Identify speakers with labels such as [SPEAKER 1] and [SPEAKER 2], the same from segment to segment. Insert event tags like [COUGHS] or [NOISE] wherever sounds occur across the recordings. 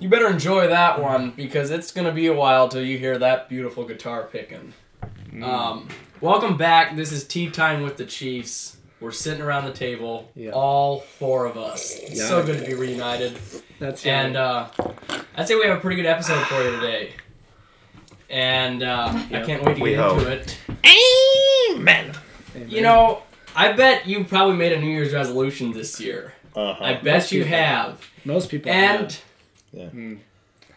[SPEAKER 1] enjoy that one because it's gonna be a while till you hear that beautiful guitar picking.
[SPEAKER 2] Mm.
[SPEAKER 1] Um, welcome back. This is tea time with the Chiefs. We're sitting around the table,
[SPEAKER 3] Yeah.
[SPEAKER 1] all four of us. It's So good to be reunited.
[SPEAKER 3] That's
[SPEAKER 1] And uh, I'd say we have a pretty good episode for you today. And uh, I can't wait to
[SPEAKER 2] We
[SPEAKER 1] get
[SPEAKER 2] hope.
[SPEAKER 1] into it.
[SPEAKER 2] Amen.
[SPEAKER 1] You know, I bet you probably made a New Year's resolution this year.
[SPEAKER 2] Uh-huh.
[SPEAKER 1] I
[SPEAKER 2] I,
[SPEAKER 1] bet you
[SPEAKER 3] people.
[SPEAKER 1] have.
[SPEAKER 3] most people.
[SPEAKER 1] And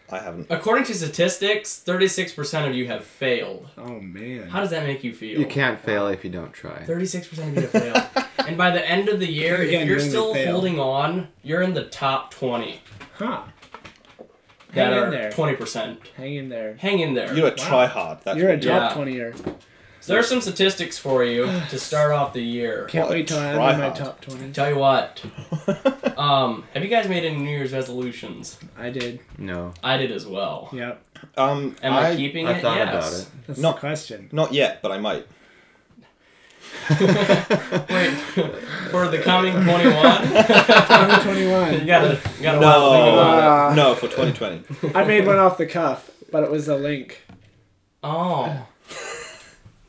[SPEAKER 2] haven't.
[SPEAKER 1] according to statistics, 36% of you have failed.
[SPEAKER 3] oh man,
[SPEAKER 1] How does that make you feel?
[SPEAKER 4] You can't fail if you don't try.
[SPEAKER 1] 36% of you have failed. and by the end of the year,
[SPEAKER 3] Again,
[SPEAKER 1] if you're
[SPEAKER 3] mainly
[SPEAKER 1] still
[SPEAKER 3] fail.
[SPEAKER 1] holding on, you're in the top 20
[SPEAKER 3] huh?
[SPEAKER 1] that
[SPEAKER 3] Hang in
[SPEAKER 1] are
[SPEAKER 3] there.
[SPEAKER 1] 20%.
[SPEAKER 3] Hang in there.
[SPEAKER 1] Hang in there.
[SPEAKER 2] You're a
[SPEAKER 3] Wow.
[SPEAKER 2] tryhard. That's
[SPEAKER 3] You're a
[SPEAKER 2] what
[SPEAKER 1] job-
[SPEAKER 3] top
[SPEAKER 1] Yeah.
[SPEAKER 3] twenty er. year.
[SPEAKER 1] So there's some statistics for you to start off the year.
[SPEAKER 3] Can't
[SPEAKER 2] What a
[SPEAKER 3] wait till I'm in my
[SPEAKER 2] tryhard.
[SPEAKER 3] top twenty.
[SPEAKER 1] Tell you what,
[SPEAKER 2] you-
[SPEAKER 1] um, have you guys made any New Year's resolutions?
[SPEAKER 3] I did.
[SPEAKER 4] No,
[SPEAKER 1] I did as well.
[SPEAKER 3] Yep.
[SPEAKER 2] um,
[SPEAKER 1] Am I,
[SPEAKER 2] I-
[SPEAKER 1] keeping
[SPEAKER 4] I
[SPEAKER 1] it?
[SPEAKER 4] thought
[SPEAKER 1] yes.
[SPEAKER 4] about
[SPEAKER 3] That's
[SPEAKER 2] No.
[SPEAKER 3] the question. [LAUGHS]
[SPEAKER 2] Not yet, but I might.
[SPEAKER 1] Wait,
[SPEAKER 4] [LAUGHS]
[SPEAKER 1] [LAUGHS] for the coming 21? [LAUGHS]
[SPEAKER 3] 2021.
[SPEAKER 1] you gotta, you gotta
[SPEAKER 2] No,
[SPEAKER 1] wow, [LAUGHS]
[SPEAKER 3] Uh,
[SPEAKER 2] no, for 2020.
[SPEAKER 3] I made one off the cuff, but it was a link.
[SPEAKER 1] Oh.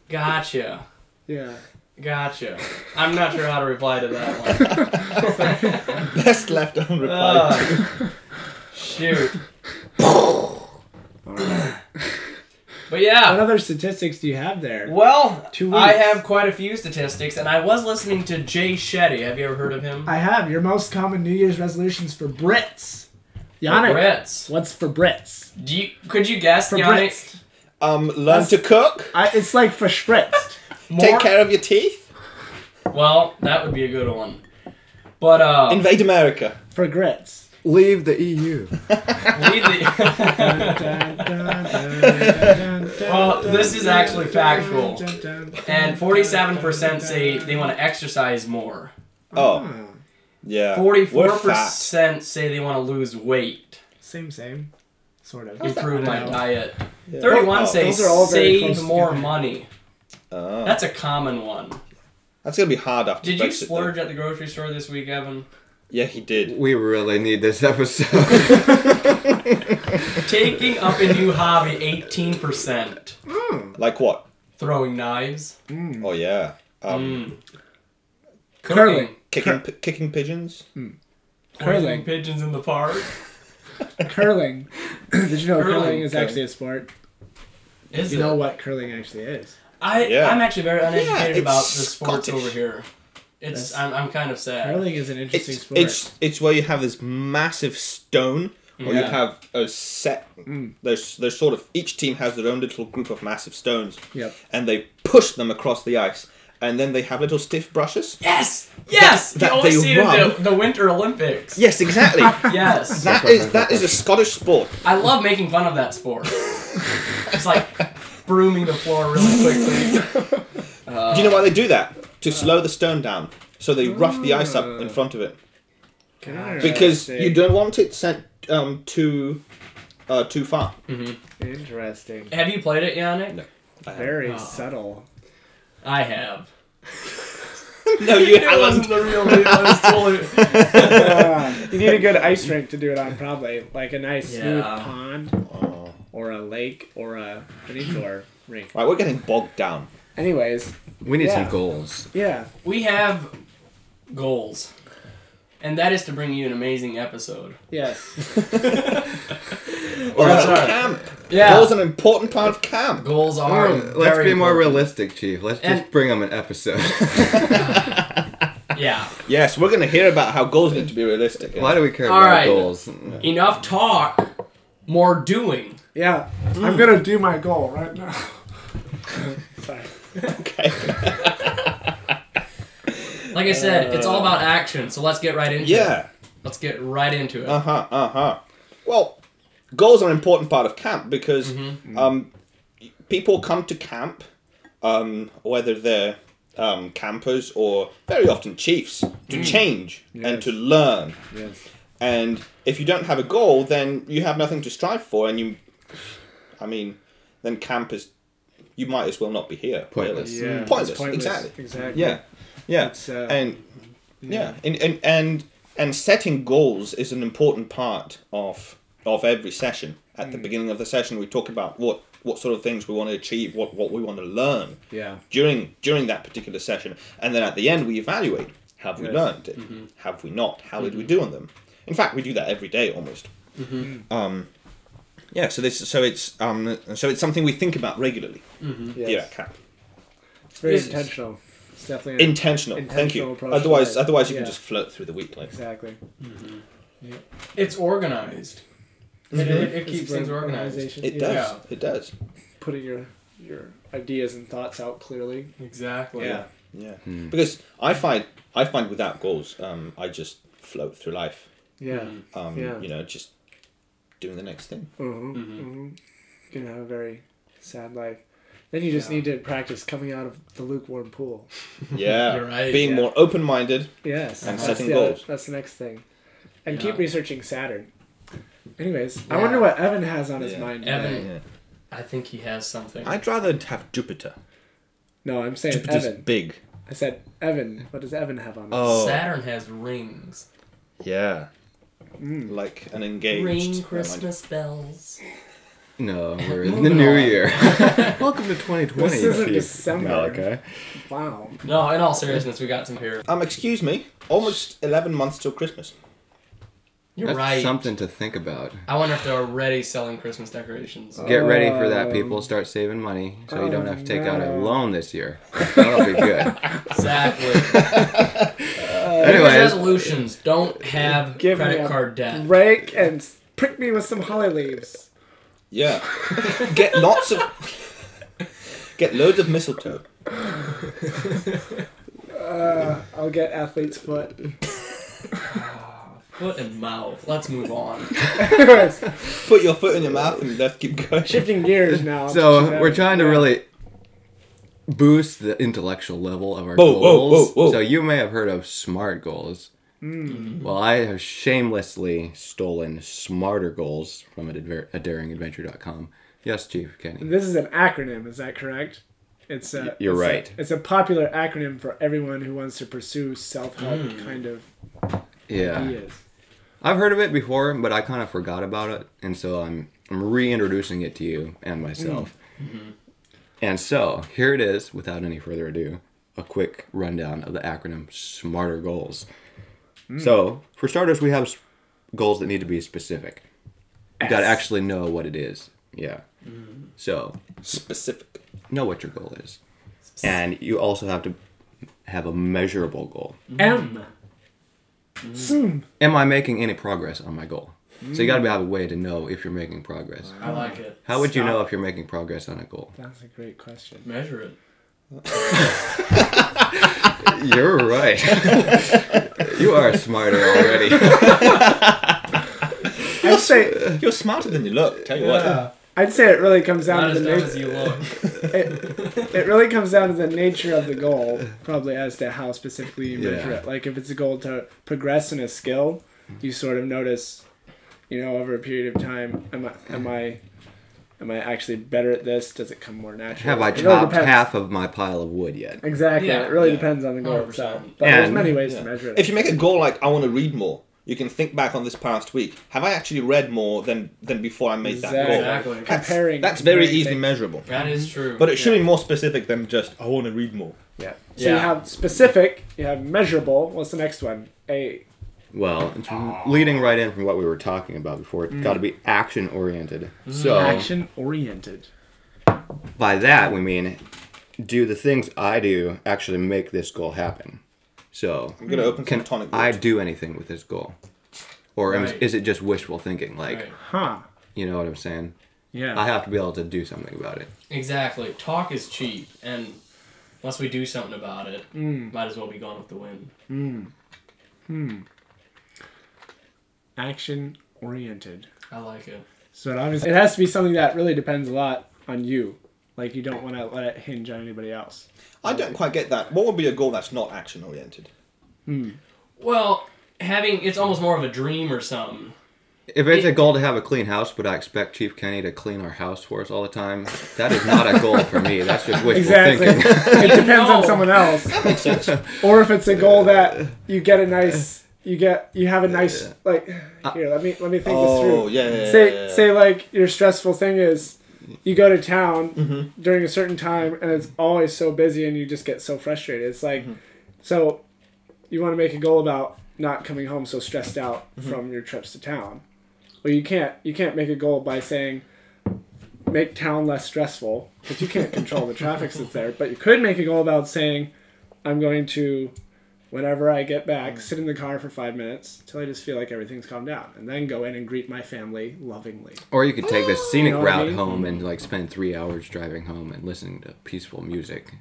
[SPEAKER 1] Gotcha.
[SPEAKER 3] Yeah.
[SPEAKER 1] Gotcha. I'm not sure how to reply to that one.
[SPEAKER 2] [LAUGHS] Best left
[SPEAKER 1] Uh,
[SPEAKER 2] unreplied.
[SPEAKER 1] shoot.
[SPEAKER 3] All right.
[SPEAKER 1] But yeah.
[SPEAKER 3] What other statistics do you have there?
[SPEAKER 1] Well,
[SPEAKER 3] Two
[SPEAKER 1] I
[SPEAKER 3] weeks.
[SPEAKER 1] have quite a few statistics, and I was listening to Jay Shetty. Have you ever heard of him?
[SPEAKER 3] I have your most common New Year's resolutions for Brits. Yannick,
[SPEAKER 1] Brits.
[SPEAKER 3] what's for Brits?
[SPEAKER 1] Do you could you guess
[SPEAKER 3] For
[SPEAKER 1] Yannick?
[SPEAKER 3] Brits.
[SPEAKER 1] Ah.
[SPEAKER 2] um, learn to cook.
[SPEAKER 3] I, it's like for spritz.
[SPEAKER 1] More-
[SPEAKER 2] Take care of your teeth.
[SPEAKER 1] Well, that would be a good one. But uh,
[SPEAKER 2] Invade America.
[SPEAKER 3] for grits.
[SPEAKER 4] leave the E EU.
[SPEAKER 1] lead the- Well,
[SPEAKER 3] well,
[SPEAKER 1] this is actually factual. [LAUGHS] and forty-seven percent say they want to exercise more.
[SPEAKER 2] Oh, yeah.
[SPEAKER 1] Ah. Forty-four
[SPEAKER 2] We're fat.
[SPEAKER 1] percent say they want to lose weight,
[SPEAKER 3] Same, same. Sort of.
[SPEAKER 1] improve my
[SPEAKER 3] No.
[SPEAKER 1] diet. [LAUGHS]
[SPEAKER 2] Yeah.
[SPEAKER 1] Thirty-one
[SPEAKER 2] Oh,
[SPEAKER 1] say
[SPEAKER 3] those are all
[SPEAKER 1] save
[SPEAKER 3] very close
[SPEAKER 1] more
[SPEAKER 3] together.
[SPEAKER 1] money.
[SPEAKER 2] oh.
[SPEAKER 1] That's a common one.
[SPEAKER 2] That's gonna be hard after
[SPEAKER 1] Did
[SPEAKER 2] Brexit.
[SPEAKER 1] you
[SPEAKER 2] though.
[SPEAKER 1] splurge at the grocery store this week, Evan?
[SPEAKER 2] Yeah, he did.
[SPEAKER 4] We really need this [LAUGHS] episode.
[SPEAKER 1] Taking up a new hobby, eighteen percent.
[SPEAKER 2] Like what?
[SPEAKER 1] Throwing knives.
[SPEAKER 2] Oh yeah. Um,
[SPEAKER 1] Mm.
[SPEAKER 3] Curling.
[SPEAKER 1] Cooking.
[SPEAKER 2] kicking pi- kicking pigeons.
[SPEAKER 1] Curling
[SPEAKER 3] Curling.
[SPEAKER 1] pigeons in the park.
[SPEAKER 3] Curling. [COUGHS] Did you know curling,
[SPEAKER 1] Curling.
[SPEAKER 3] is actually a sport?
[SPEAKER 1] Is
[SPEAKER 3] You
[SPEAKER 1] it?
[SPEAKER 3] know what curling actually is?
[SPEAKER 1] I
[SPEAKER 2] Yeah.
[SPEAKER 1] I'm actually very uneducated
[SPEAKER 2] it's
[SPEAKER 1] about the sports
[SPEAKER 2] Scottish.
[SPEAKER 1] over here. It's
[SPEAKER 3] That's-
[SPEAKER 1] I'm, I'm kind of sad.
[SPEAKER 3] Curling is an interesting
[SPEAKER 2] It's
[SPEAKER 3] sport.
[SPEAKER 2] it's it's where you have this massive stone, or you
[SPEAKER 1] Yeah.
[SPEAKER 2] have a set. There's there's sort of each team has their own little group of massive stones,
[SPEAKER 3] Yep.
[SPEAKER 2] and they push them across the ice, and then they have little stiff brushes.
[SPEAKER 1] Yes, yes.
[SPEAKER 2] that
[SPEAKER 1] you always
[SPEAKER 2] they
[SPEAKER 1] see it in
[SPEAKER 2] rub.
[SPEAKER 1] the, the Winter Olympics.
[SPEAKER 2] Yes,
[SPEAKER 3] [LAUGHS]
[SPEAKER 2] exactly.
[SPEAKER 1] [LAUGHS] Yes,
[SPEAKER 2] [LAUGHS] that is that is a Scottish sport.
[SPEAKER 1] I love making fun of that sport. It's like brooming the floor really quickly. Uh,
[SPEAKER 2] Do you know why they do that? To slow the stone down, so they rough the ice up in front of it. because
[SPEAKER 3] Interesting.
[SPEAKER 2] you don't want it sent um, too uh, too far.
[SPEAKER 1] Mm.
[SPEAKER 3] Interesting.
[SPEAKER 1] Have you played it, Yannick?
[SPEAKER 2] No.
[SPEAKER 3] Very
[SPEAKER 1] Oh.
[SPEAKER 2] [LAUGHS]
[SPEAKER 3] subtle.
[SPEAKER 1] I have.
[SPEAKER 2] No,
[SPEAKER 1] [LAUGHS]
[SPEAKER 2] you
[SPEAKER 1] It wasn't the real deal. I was totally.
[SPEAKER 3] you need a good ice rink to do it on, probably. Like a nice smooth
[SPEAKER 1] Yeah.
[SPEAKER 3] pond
[SPEAKER 2] Oh.
[SPEAKER 3] or a lake or a an indoor rink.
[SPEAKER 2] Right, we're getting bogged down.
[SPEAKER 3] Anyways,
[SPEAKER 4] we need
[SPEAKER 3] Yeah.
[SPEAKER 4] some goals.
[SPEAKER 3] yeah.
[SPEAKER 1] We have goals, and that is to bring you an amazing episode.
[SPEAKER 3] Yes.
[SPEAKER 2] Or
[SPEAKER 1] that's
[SPEAKER 2] else
[SPEAKER 1] right.
[SPEAKER 2] camp.
[SPEAKER 1] Yeah.
[SPEAKER 2] Goals are an important part of camp.
[SPEAKER 1] Goals are.
[SPEAKER 4] Alright, let's
[SPEAKER 1] very
[SPEAKER 4] be more
[SPEAKER 1] important.
[SPEAKER 4] realistic, Chief. Let's just
[SPEAKER 1] And-
[SPEAKER 4] bring them an
[SPEAKER 1] [LAUGHS]
[SPEAKER 4] episode.
[SPEAKER 1] Yeah.
[SPEAKER 2] Yes, we're going to hear about how goals need to be realistic.
[SPEAKER 4] Why do we care about
[SPEAKER 1] Alright.
[SPEAKER 4] goals?
[SPEAKER 1] Enough talk, more doing.
[SPEAKER 3] Yeah. I'm gonna do my goal right now. [LAUGHS] Sorry.
[SPEAKER 2] Okay.
[SPEAKER 1] Like I said, it's all about action, so let's get right into it.
[SPEAKER 2] yeah.
[SPEAKER 1] Let's get right into it.
[SPEAKER 2] Uh huh. Uh huh. Well, goals are an important part of camp because
[SPEAKER 4] Mm-hmm,
[SPEAKER 2] um, people come to camp, um, whether they're um, campers or very often chiefs, to
[SPEAKER 4] Mm.
[SPEAKER 2] change and to learn.
[SPEAKER 3] Yes.
[SPEAKER 2] And if you don't have a goal, then you have nothing to strive for, and you, I mean, then camp is, you might as well not be here.
[SPEAKER 4] Pointless.
[SPEAKER 2] really.
[SPEAKER 3] Yeah.
[SPEAKER 2] Pointless,
[SPEAKER 3] it's
[SPEAKER 2] exactly.
[SPEAKER 3] Exactly.
[SPEAKER 2] Yeah, yeah,
[SPEAKER 3] It's, uh,
[SPEAKER 2] and yeah, and, and and and setting goals is an important part of of every session. At
[SPEAKER 3] Mm.
[SPEAKER 2] the beginning of the session, we talk about what what sort of things we want to achieve, what what we want to learn
[SPEAKER 4] Yeah.
[SPEAKER 2] during during that particular session, and then at the end we evaluate: have we
[SPEAKER 4] Yes.
[SPEAKER 2] learned it?
[SPEAKER 3] Mm-hmm.
[SPEAKER 2] Have we not? How did we do on them? In fact, we do that every day almost.
[SPEAKER 3] Mm-hmm.
[SPEAKER 2] Um, yeah, so this so it's um, so it's something we think about regularly here at CAP.
[SPEAKER 3] It's very
[SPEAKER 1] Yes.
[SPEAKER 3] intentional. It's definitely
[SPEAKER 2] Intentional, thank
[SPEAKER 3] Intentional
[SPEAKER 2] you.
[SPEAKER 3] approach to
[SPEAKER 2] Otherwise,
[SPEAKER 3] life.
[SPEAKER 2] otherwise you can
[SPEAKER 3] Yeah.
[SPEAKER 2] just float through the week like
[SPEAKER 3] exactly.
[SPEAKER 1] It's organized. It, it, it keeps
[SPEAKER 3] It's
[SPEAKER 1] things organized.
[SPEAKER 3] organization.
[SPEAKER 2] It
[SPEAKER 3] Yeah.
[SPEAKER 2] does. It does.
[SPEAKER 3] Putting your your ideas and thoughts out clearly.
[SPEAKER 1] Exactly.
[SPEAKER 3] Yeah.
[SPEAKER 2] Yeah. Because I find I find without goals, um, I just float through life.
[SPEAKER 3] Yeah.
[SPEAKER 1] Mm-hmm.
[SPEAKER 2] Um,
[SPEAKER 3] Yeah.
[SPEAKER 2] You know, just doing the next [LAUGHS] thing.
[SPEAKER 3] Mm-hmm. hmm You can have a very sad life. Then you just
[SPEAKER 1] Yeah.
[SPEAKER 3] need to practice coming out of the lukewarm pool.
[SPEAKER 2] Yeah.
[SPEAKER 1] You're right,
[SPEAKER 2] Being
[SPEAKER 3] yeah.
[SPEAKER 2] more open minded.
[SPEAKER 3] Yes.
[SPEAKER 2] And
[SPEAKER 3] that's
[SPEAKER 2] setting
[SPEAKER 3] the other-
[SPEAKER 2] goals.
[SPEAKER 3] that's the next thing. And
[SPEAKER 1] Yeah.
[SPEAKER 3] keep researching Saturn. Anyways, I
[SPEAKER 1] Yeah.
[SPEAKER 3] wonder what Evan has on his
[SPEAKER 2] Yeah.
[SPEAKER 3] mind.
[SPEAKER 1] Evan-
[SPEAKER 3] today.
[SPEAKER 2] Yeah.
[SPEAKER 1] I think he has something.
[SPEAKER 2] I'd rather have Jupiter.
[SPEAKER 3] No, I'm saying
[SPEAKER 2] Jupiter's
[SPEAKER 3] Evan.
[SPEAKER 2] big.
[SPEAKER 3] I said Evan. What does Evan have on? his-
[SPEAKER 2] Oh.
[SPEAKER 1] Saturn has rings.
[SPEAKER 2] Yeah. Mm. Like an engaged.
[SPEAKER 1] Ring
[SPEAKER 2] never mind.
[SPEAKER 1] Christmas bells.
[SPEAKER 4] No, we're in the
[SPEAKER 1] Moving
[SPEAKER 4] new
[SPEAKER 1] on. [LAUGHS]
[SPEAKER 4] year. Welcome to 2020.
[SPEAKER 3] This isn't
[SPEAKER 4] Chief
[SPEAKER 3] December.
[SPEAKER 4] Malachi.
[SPEAKER 3] Wow.
[SPEAKER 1] No, in all seriousness, we got some here.
[SPEAKER 2] Um, excuse me. Almost eleven months till Christmas.
[SPEAKER 1] You're
[SPEAKER 4] That's
[SPEAKER 1] right.
[SPEAKER 4] something to think about.
[SPEAKER 1] I wonder if they're already selling Christmas decorations.
[SPEAKER 4] Get ready for that,
[SPEAKER 3] Um,
[SPEAKER 4] people. Start saving money so you
[SPEAKER 3] oh,
[SPEAKER 4] don't have to take out a
[SPEAKER 3] no.
[SPEAKER 4] loan this year. That'll be
[SPEAKER 1] [LAUGHS]
[SPEAKER 4] good.
[SPEAKER 1] Exactly. New Year's
[SPEAKER 4] Anyways,
[SPEAKER 1] resolutions don't have
[SPEAKER 3] Give me
[SPEAKER 1] credit
[SPEAKER 3] a
[SPEAKER 1] card debt.
[SPEAKER 3] Rake and s- prick me with some holly leaves. [LAUGHS]
[SPEAKER 2] Yeah. Get lots of. Get loads of mistletoe.
[SPEAKER 3] Uh, I'll get athlete's foot.
[SPEAKER 1] [LAUGHS] Foot and mouth. Let's move on.
[SPEAKER 3] Anyways,
[SPEAKER 2] Put your foot in your mouth and let's keep
[SPEAKER 3] [LAUGHS]
[SPEAKER 2] going.
[SPEAKER 3] shifting gears now.
[SPEAKER 4] [LAUGHS] so we're trying to really boost the intellectual level of our
[SPEAKER 2] Whoa, whoa, whoa,
[SPEAKER 4] goals.
[SPEAKER 2] whoa.
[SPEAKER 4] So you may have heard of SMART goals. Well, I have shamelessly stolen smarter goals from a, adver- a daringadventure.com. Yes, Chief Kenny.
[SPEAKER 3] This is an acronym. Is that correct? It's a.
[SPEAKER 4] you're
[SPEAKER 3] it's a-
[SPEAKER 4] right.
[SPEAKER 3] it's a popular acronym for everyone who wants to pursue self-help
[SPEAKER 1] Mm.
[SPEAKER 3] kind of
[SPEAKER 4] Yeah.
[SPEAKER 3] ideas.
[SPEAKER 4] I've heard of it before, but I kind of forgot about it, and so I'm I'm reintroducing it to you and myself. And so here it is, without any further ado, a quick rundown of the acronym SMARTER goals. So for starters, we have s- goals that need to be specific. You got to
[SPEAKER 3] S.
[SPEAKER 4] actually know what it is. Yeah. So
[SPEAKER 2] Specific.
[SPEAKER 4] know what your goal is, and you also have to have a measurable goal.
[SPEAKER 1] Mm.
[SPEAKER 3] M. Zoom.
[SPEAKER 4] am I making any progress on my goal? So you got to have a way to know if you're making progress.
[SPEAKER 1] I like it.
[SPEAKER 4] How would you know if you're making progress on a goal?
[SPEAKER 3] That's a great question.
[SPEAKER 1] Measure it.
[SPEAKER 4] You're right. [LAUGHS] you are smarter already. [LAUGHS]
[SPEAKER 3] I'd say
[SPEAKER 2] You're smarter than you look. Tell you what.
[SPEAKER 3] I'd say it really comes down
[SPEAKER 1] Not
[SPEAKER 3] to
[SPEAKER 1] as
[SPEAKER 3] the
[SPEAKER 1] dumb as
[SPEAKER 3] nature.
[SPEAKER 1] you look.
[SPEAKER 3] it, it really comes down to the nature of the goal, probably as to how specifically you measure
[SPEAKER 4] Yeah.
[SPEAKER 3] it. Like if it's a goal to progress in a skill, you sort of notice, you know, over a period of time, am I am I am I actually better at this? Does it come more natural?
[SPEAKER 4] Have I
[SPEAKER 3] It really
[SPEAKER 4] chopped
[SPEAKER 3] depends.
[SPEAKER 4] half of my pile of wood yet?
[SPEAKER 3] Exactly.
[SPEAKER 1] Yeah.
[SPEAKER 3] it really
[SPEAKER 2] Yeah.
[SPEAKER 3] depends on the goal itself.
[SPEAKER 1] 100%.
[SPEAKER 3] But there's
[SPEAKER 4] And-
[SPEAKER 3] many ways
[SPEAKER 2] Yeah.
[SPEAKER 3] to measure it.
[SPEAKER 2] If you make a goal like I want to read more, you can think back on this past week. Have I actually read more than than before I made that goal?
[SPEAKER 1] Exactly.
[SPEAKER 2] That's,
[SPEAKER 3] Comparing-
[SPEAKER 2] that's very
[SPEAKER 3] comparing
[SPEAKER 2] easily
[SPEAKER 3] things.
[SPEAKER 2] measurable.
[SPEAKER 1] That is true.
[SPEAKER 2] But it should be more specific than just I want to read more.
[SPEAKER 3] yeah. So you
[SPEAKER 1] Yeah.
[SPEAKER 3] have specific, you have measurable. What's the next one? A
[SPEAKER 4] Well, it's leading right in from what we were talking about before. It's got to be action oriented. So
[SPEAKER 3] Mm. action oriented.
[SPEAKER 4] by that we mean, do the things I do actually make this goal happen? So
[SPEAKER 2] I'm
[SPEAKER 3] Hmm.
[SPEAKER 2] gonna open some
[SPEAKER 4] can
[SPEAKER 2] tonic.
[SPEAKER 4] I
[SPEAKER 2] water.
[SPEAKER 4] do anything with this goal, or am-
[SPEAKER 1] Right.
[SPEAKER 4] is it just wishful thinking? Like
[SPEAKER 1] Right.
[SPEAKER 3] Huh.
[SPEAKER 4] You know what I'm saying?
[SPEAKER 3] Yeah.
[SPEAKER 4] I have to be able to do something about it.
[SPEAKER 1] Exactly. Talk is cheap, and unless we do something about it,
[SPEAKER 2] Mm.
[SPEAKER 1] might as well be gone with the wind.
[SPEAKER 3] action oriented.
[SPEAKER 1] I like it.
[SPEAKER 3] So it obviously it has to be something that really depends a lot on you. Like you don't want to let it hinge on anybody else.
[SPEAKER 2] I don't quite get that. What would be a goal that's not action oriented?
[SPEAKER 1] Well, having it's almost more of a dream or something.
[SPEAKER 4] If it's a goal to have a clean house, but I expect Chief Kenny to clean our house for us all the time, that is not a goal for me. That's just wishful
[SPEAKER 3] Exactly.
[SPEAKER 4] thinking.
[SPEAKER 3] [LAUGHS] it depends on
[SPEAKER 1] No.
[SPEAKER 3] someone else. Or if it's a goal that you get a nice you get you have a nice
[SPEAKER 4] yeah.
[SPEAKER 3] like here. Let me let me think
[SPEAKER 2] Oh,
[SPEAKER 3] this through.
[SPEAKER 2] yeah, yeah, yeah,
[SPEAKER 3] Say
[SPEAKER 2] yeah, yeah.
[SPEAKER 3] say like your stressful thing is you go to town during a certain time and it's always so busy and you just get so frustrated. It's like so you want to make a goal about not coming home so stressed out from your trips to town. Well, you can't you can't make a goal by saying make town less stressful because you can't control the traffic that's there. But you could make a goal about saying I'm going to whenever I get back, sit in the car for five minutes till I just feel like everything's calmed down, and then go in and greet my family lovingly.
[SPEAKER 4] Or you could take the scenic
[SPEAKER 3] know what I
[SPEAKER 4] route
[SPEAKER 3] mean?
[SPEAKER 4] home and like spend three hours driving home and listening to peaceful music.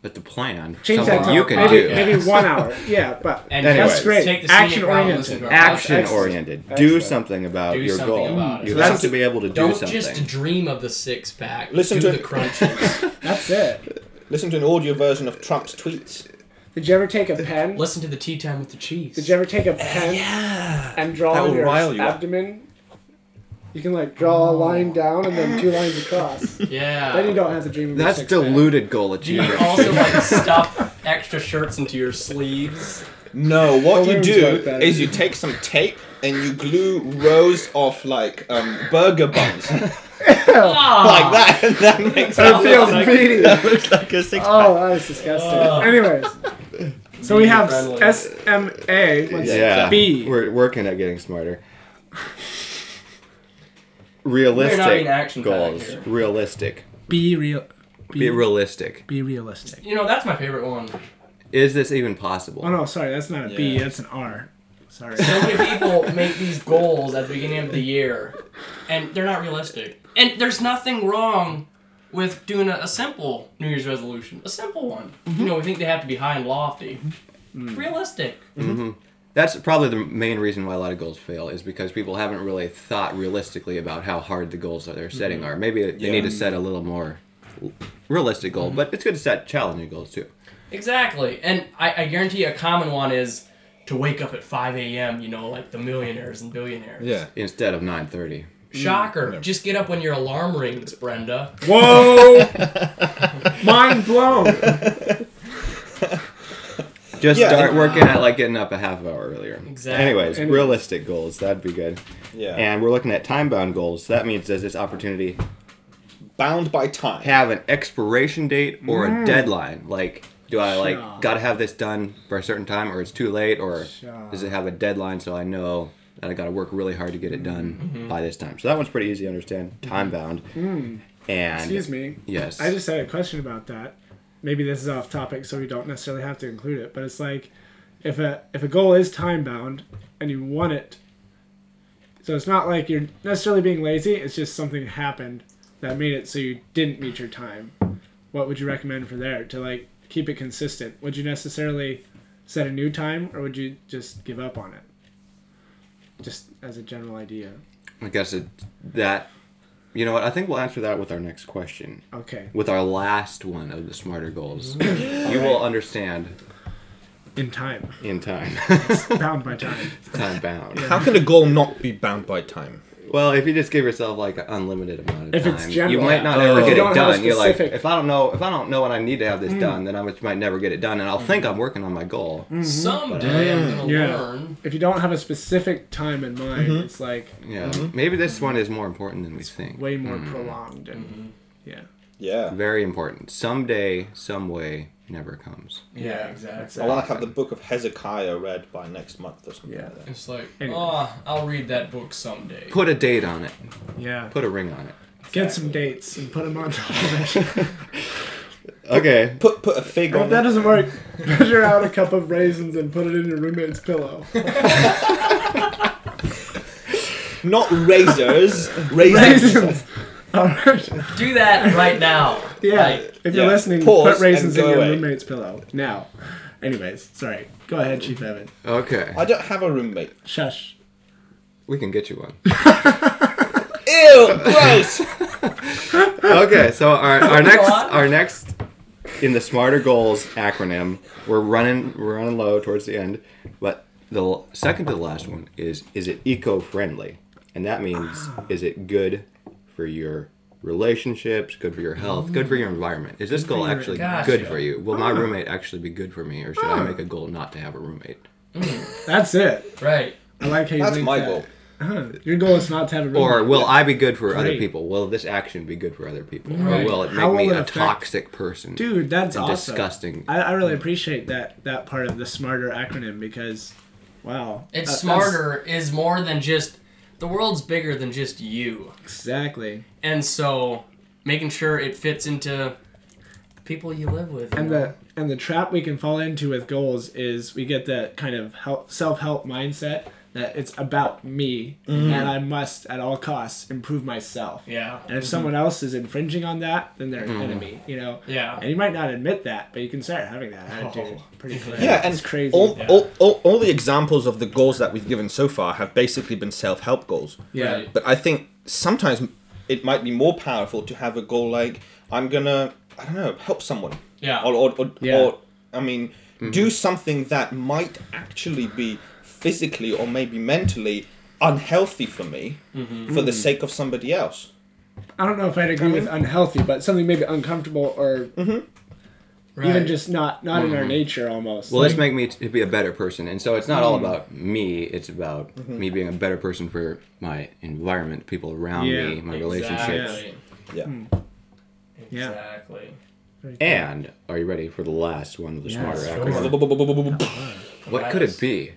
[SPEAKER 4] But the plan,
[SPEAKER 3] Change
[SPEAKER 4] something
[SPEAKER 3] that to
[SPEAKER 4] you can
[SPEAKER 3] maybe,
[SPEAKER 4] do,
[SPEAKER 3] maybe one hour. Yeah, but
[SPEAKER 1] And
[SPEAKER 4] Anyways.
[SPEAKER 1] just take
[SPEAKER 3] That's great.
[SPEAKER 1] the scenic
[SPEAKER 3] Action
[SPEAKER 1] route and
[SPEAKER 3] oriented.
[SPEAKER 1] listen to our
[SPEAKER 4] action
[SPEAKER 1] podcast.
[SPEAKER 4] oriented. Do
[SPEAKER 3] Excellent.
[SPEAKER 4] something about
[SPEAKER 1] Do
[SPEAKER 4] your
[SPEAKER 1] something
[SPEAKER 4] goal.
[SPEAKER 1] about it.
[SPEAKER 4] you
[SPEAKER 1] So
[SPEAKER 4] have
[SPEAKER 2] that's-
[SPEAKER 4] to be able to do
[SPEAKER 1] Don't
[SPEAKER 4] something.
[SPEAKER 1] just dream of the six pack.
[SPEAKER 2] Listen
[SPEAKER 1] do
[SPEAKER 2] to
[SPEAKER 1] the
[SPEAKER 2] it. [LAUGHS]
[SPEAKER 1] crunches.
[SPEAKER 3] that's it.
[SPEAKER 2] Listen to an audio version of Trump's tweets.
[SPEAKER 3] Did you ever take a pen?
[SPEAKER 1] Listen to the tea time with the Chiefs.
[SPEAKER 3] Did you ever take a pen and
[SPEAKER 2] That
[SPEAKER 3] draw
[SPEAKER 2] will
[SPEAKER 3] on your
[SPEAKER 2] rile you up.
[SPEAKER 3] abdomen? You can like draw a line down and then two lines across. then you
[SPEAKER 1] yeah.
[SPEAKER 3] don't have to dream. Of your
[SPEAKER 4] That's
[SPEAKER 3] six-pack.
[SPEAKER 4] diluted goal
[SPEAKER 1] Do you
[SPEAKER 4] achievement.
[SPEAKER 1] also
[SPEAKER 4] [LAUGHS]
[SPEAKER 1] like stuff extra shirts into your sleeves?
[SPEAKER 2] No, what you
[SPEAKER 3] Balloons
[SPEAKER 2] do
[SPEAKER 3] like that.
[SPEAKER 2] is you take some tape and you glue rows of like um, burger [LAUGHS] buns like
[SPEAKER 1] Ah,
[SPEAKER 2] that, and that makes
[SPEAKER 3] It feels
[SPEAKER 2] like,
[SPEAKER 3] meaty.
[SPEAKER 2] [LAUGHS] that looks like a six pack.
[SPEAKER 3] Oh, that is disgusting.
[SPEAKER 4] Oh.
[SPEAKER 3] Anyways, so we have
[SPEAKER 1] Friendly.
[SPEAKER 3] SMA. What's
[SPEAKER 4] yeah,
[SPEAKER 3] B?
[SPEAKER 4] we're working at getting smarter.
[SPEAKER 1] We're not being
[SPEAKER 4] Realistic
[SPEAKER 1] action-packed
[SPEAKER 4] goals.
[SPEAKER 1] here.
[SPEAKER 4] Realistic.
[SPEAKER 5] Be real.
[SPEAKER 4] Be realistic.
[SPEAKER 5] Be realistic.
[SPEAKER 1] you know that's my favorite one.
[SPEAKER 4] Is this even possible?
[SPEAKER 5] Oh no, sorry, that's not a B.
[SPEAKER 2] Yeah.
[SPEAKER 5] That's an R. Sorry.
[SPEAKER 1] So many people make these goals at the beginning of the year, and they're not realistic. And there's nothing wrong with doing a, a simple New Year's resolution, a simple one. You know, we think they have to be high and lofty.
[SPEAKER 3] Mm.
[SPEAKER 1] Realistic.
[SPEAKER 4] That's probably the main reason why a lot of goals fail is because people haven't really thought realistically about how hard the goals that they're setting are. Maybe they
[SPEAKER 2] Yeah.
[SPEAKER 4] need to set a little more realistic goal, but it's good to set challenging goals too.
[SPEAKER 1] Exactly. And I, I guarantee a common one is to wake up at 5 a.m., you know, like the millionaires and billionaires.
[SPEAKER 4] Instead of 9:30.
[SPEAKER 1] Shocker. Just get up when your alarm rings, Brenda.
[SPEAKER 3] Whoa! Mind blown.
[SPEAKER 4] Just
[SPEAKER 2] Yeah,
[SPEAKER 4] start
[SPEAKER 2] and-
[SPEAKER 4] working at like getting up a half hour earlier.
[SPEAKER 1] Exactly.
[SPEAKER 4] Anyways,
[SPEAKER 3] And-
[SPEAKER 4] realistic goals, that'd be good.
[SPEAKER 2] Yeah.
[SPEAKER 4] And we're looking at time-bound goals. That means does this opportunity
[SPEAKER 2] bound by time.
[SPEAKER 4] have an expiration date or
[SPEAKER 3] Mm.
[SPEAKER 4] a deadline? Like, do I like gotta have this done by a certain time, or it's too late, or does it have a deadline so I know that I gotta work really hard to get it done by this time? So that one's pretty easy to understand, time bound. And
[SPEAKER 3] Mm-hmm. Hmm. Excuse me.
[SPEAKER 4] Yes.
[SPEAKER 3] I just had a question about that. Maybe this is off topic, so we don't necessarily have to include it. But it's like, if a if a goal is time bound and you want it, so it's not like you're necessarily being lazy. It's just something happened that made it so you didn't meet your time. What would you recommend for there to like keep it consistent? Would you necessarily set a new time, or would you just give up on it? Just as a general idea.
[SPEAKER 4] I guess it, that. You know what? I think we'll answer that with our next question,
[SPEAKER 3] Okay.
[SPEAKER 4] with our last one of the smarter goals.
[SPEAKER 3] Mm-hmm.
[SPEAKER 4] you will understand
[SPEAKER 3] In time,
[SPEAKER 4] in time, [LAUGHS]
[SPEAKER 3] bound by time.
[SPEAKER 4] time bound.
[SPEAKER 2] How can a goal not be bound by time?
[SPEAKER 4] Well, if you just give yourself like an unlimited amount of
[SPEAKER 3] If
[SPEAKER 4] time,
[SPEAKER 3] it's general.
[SPEAKER 4] you might not
[SPEAKER 2] Oh.
[SPEAKER 4] ever
[SPEAKER 2] If
[SPEAKER 4] get
[SPEAKER 2] you
[SPEAKER 4] it
[SPEAKER 3] don't have a
[SPEAKER 4] done. You're like,
[SPEAKER 3] specific-
[SPEAKER 4] if I don't know, if I don't know when I need to have this
[SPEAKER 3] Mm.
[SPEAKER 4] done, then I just might never get it done, and I'll think I'm working on my goal.
[SPEAKER 3] Mm.
[SPEAKER 1] Someday I'm going to
[SPEAKER 3] Yeah.
[SPEAKER 1] learn.
[SPEAKER 3] if you don't have a specific time in mind, it's like
[SPEAKER 4] Yeah, maybe this one is more important than we think.
[SPEAKER 3] Mm-hmm. way more
[SPEAKER 1] Mm-hmm.
[SPEAKER 3] prolonged
[SPEAKER 2] Mm-hmm.
[SPEAKER 3] and yeah.
[SPEAKER 2] Yeah.
[SPEAKER 4] Very important. Someday, some way, never comes.
[SPEAKER 1] Yeah, exactly.
[SPEAKER 2] I want to have the book of Hezekiah read by next month or something
[SPEAKER 3] Yeah.
[SPEAKER 2] like that.
[SPEAKER 1] It's like,
[SPEAKER 3] Anyway.
[SPEAKER 1] oh, I'll read that book someday.
[SPEAKER 4] Put a date on it.
[SPEAKER 3] Yeah.
[SPEAKER 4] Put a ring on it.
[SPEAKER 3] Get some dates and put them on top [LAUGHS] of it.
[SPEAKER 4] Okay.
[SPEAKER 2] Put put a fig
[SPEAKER 3] If
[SPEAKER 2] on
[SPEAKER 3] that
[SPEAKER 2] it.
[SPEAKER 3] doesn't work, measure out a cup of raisins and put it in your roommate's [LAUGHS] pillow.
[SPEAKER 2] Not [LAUGHS] razors. Raisins.
[SPEAKER 3] Raisins. All right.
[SPEAKER 1] Do that right now.
[SPEAKER 3] [LAUGHS] Yeah.
[SPEAKER 1] Like,
[SPEAKER 3] if you're
[SPEAKER 2] yeah.
[SPEAKER 3] listening,
[SPEAKER 2] Pause
[SPEAKER 3] put raisins
[SPEAKER 2] and
[SPEAKER 3] in
[SPEAKER 2] go
[SPEAKER 3] your
[SPEAKER 2] away.
[SPEAKER 3] roommate's pillow now. Anyways, sorry. Go ahead, Chief Evan.
[SPEAKER 4] Okay.
[SPEAKER 2] I don't have a roommate.
[SPEAKER 3] Shush.
[SPEAKER 4] We can get you one.
[SPEAKER 2] Ew, [LAUGHS] gross.
[SPEAKER 4] okay, so our, our next
[SPEAKER 1] on.
[SPEAKER 4] our next in the smarter goals acronym, we're running we're running low towards the end, but the l- second to the last one is is it eco-friendly? And that means is it good for your relationships, good for your health, good for your environment? Is this goal actually
[SPEAKER 1] gotcha.
[SPEAKER 4] good for you? Will my roommate actually be good for me or should I make a goal not to have a roommate?
[SPEAKER 3] That's it.
[SPEAKER 1] Right.
[SPEAKER 3] I like how you
[SPEAKER 2] That's
[SPEAKER 3] linked
[SPEAKER 2] my
[SPEAKER 3] that.
[SPEAKER 2] goal.
[SPEAKER 3] Huh. Your goal is not to have a roommate.
[SPEAKER 4] Or will I be good for other
[SPEAKER 3] Great.
[SPEAKER 4] people? Will this action be good for other people? Or
[SPEAKER 1] Right.
[SPEAKER 4] will it make
[SPEAKER 3] How will
[SPEAKER 4] me
[SPEAKER 3] it
[SPEAKER 4] a
[SPEAKER 3] affect-
[SPEAKER 4] toxic person?
[SPEAKER 3] dude, that's
[SPEAKER 4] and
[SPEAKER 3] awesome.
[SPEAKER 4] disgusting.
[SPEAKER 3] I, I
[SPEAKER 1] Mm.
[SPEAKER 3] really appreciate that that part of the smarter acronym because, wow,
[SPEAKER 1] It's
[SPEAKER 3] that- Uh, that's-
[SPEAKER 1] smarter is more than just the world's bigger than just you.
[SPEAKER 3] Exactly.
[SPEAKER 1] And so making sure it fits into people you live with. you
[SPEAKER 3] And
[SPEAKER 1] know?
[SPEAKER 3] the and the trap we can fall into with goals is we get that kind of help self help mindset that it's about me and I must at all costs improve myself.
[SPEAKER 1] Mm-hmm. Yeah. Mm-hmm.
[SPEAKER 3] And if someone else is infringing on that, then they're an
[SPEAKER 2] Mm.
[SPEAKER 3] enemy. You know.
[SPEAKER 1] Yeah. Oh.
[SPEAKER 3] And you might not admit that, but you can start having that attitude
[SPEAKER 1] [LAUGHS]
[SPEAKER 3] pretty quick.
[SPEAKER 2] Yeah, and
[SPEAKER 3] it's crazy.
[SPEAKER 2] All,
[SPEAKER 1] Yeah.
[SPEAKER 2] all, all, all the examples of the goals that we've given so far have basically been self help goals.
[SPEAKER 3] yeah.
[SPEAKER 1] Right.
[SPEAKER 2] But I think sometimes it might be more powerful to have a goal like I'm gonna I don't know help someone.
[SPEAKER 1] Yeah. Mm-hmm.
[SPEAKER 2] Or or, or,
[SPEAKER 3] Yeah.
[SPEAKER 2] or I mean do something that might actually be physically or maybe mentally unhealthy for me
[SPEAKER 1] Mm-hmm.
[SPEAKER 2] for
[SPEAKER 3] Mm.
[SPEAKER 2] the sake of somebody else.
[SPEAKER 3] I don't know if I'd
[SPEAKER 6] agree with unhealthy, but something maybe uncomfortable or
[SPEAKER 1] Right.
[SPEAKER 3] even just not not in our nature almost.
[SPEAKER 4] Will
[SPEAKER 3] Like, Mm-hmm.
[SPEAKER 4] this make me t- to be a better person? And so it's not all about me. It's about me being a better person for my environment, people around
[SPEAKER 3] Yeah.
[SPEAKER 4] me, my relationships.
[SPEAKER 1] Exactly.
[SPEAKER 2] Yeah.
[SPEAKER 3] Hmm. Yeah.
[SPEAKER 1] Exactly.
[SPEAKER 4] And are you ready for the last one of the smarter
[SPEAKER 3] sure.
[SPEAKER 4] acronym? What could it
[SPEAKER 1] Nice.
[SPEAKER 4] be?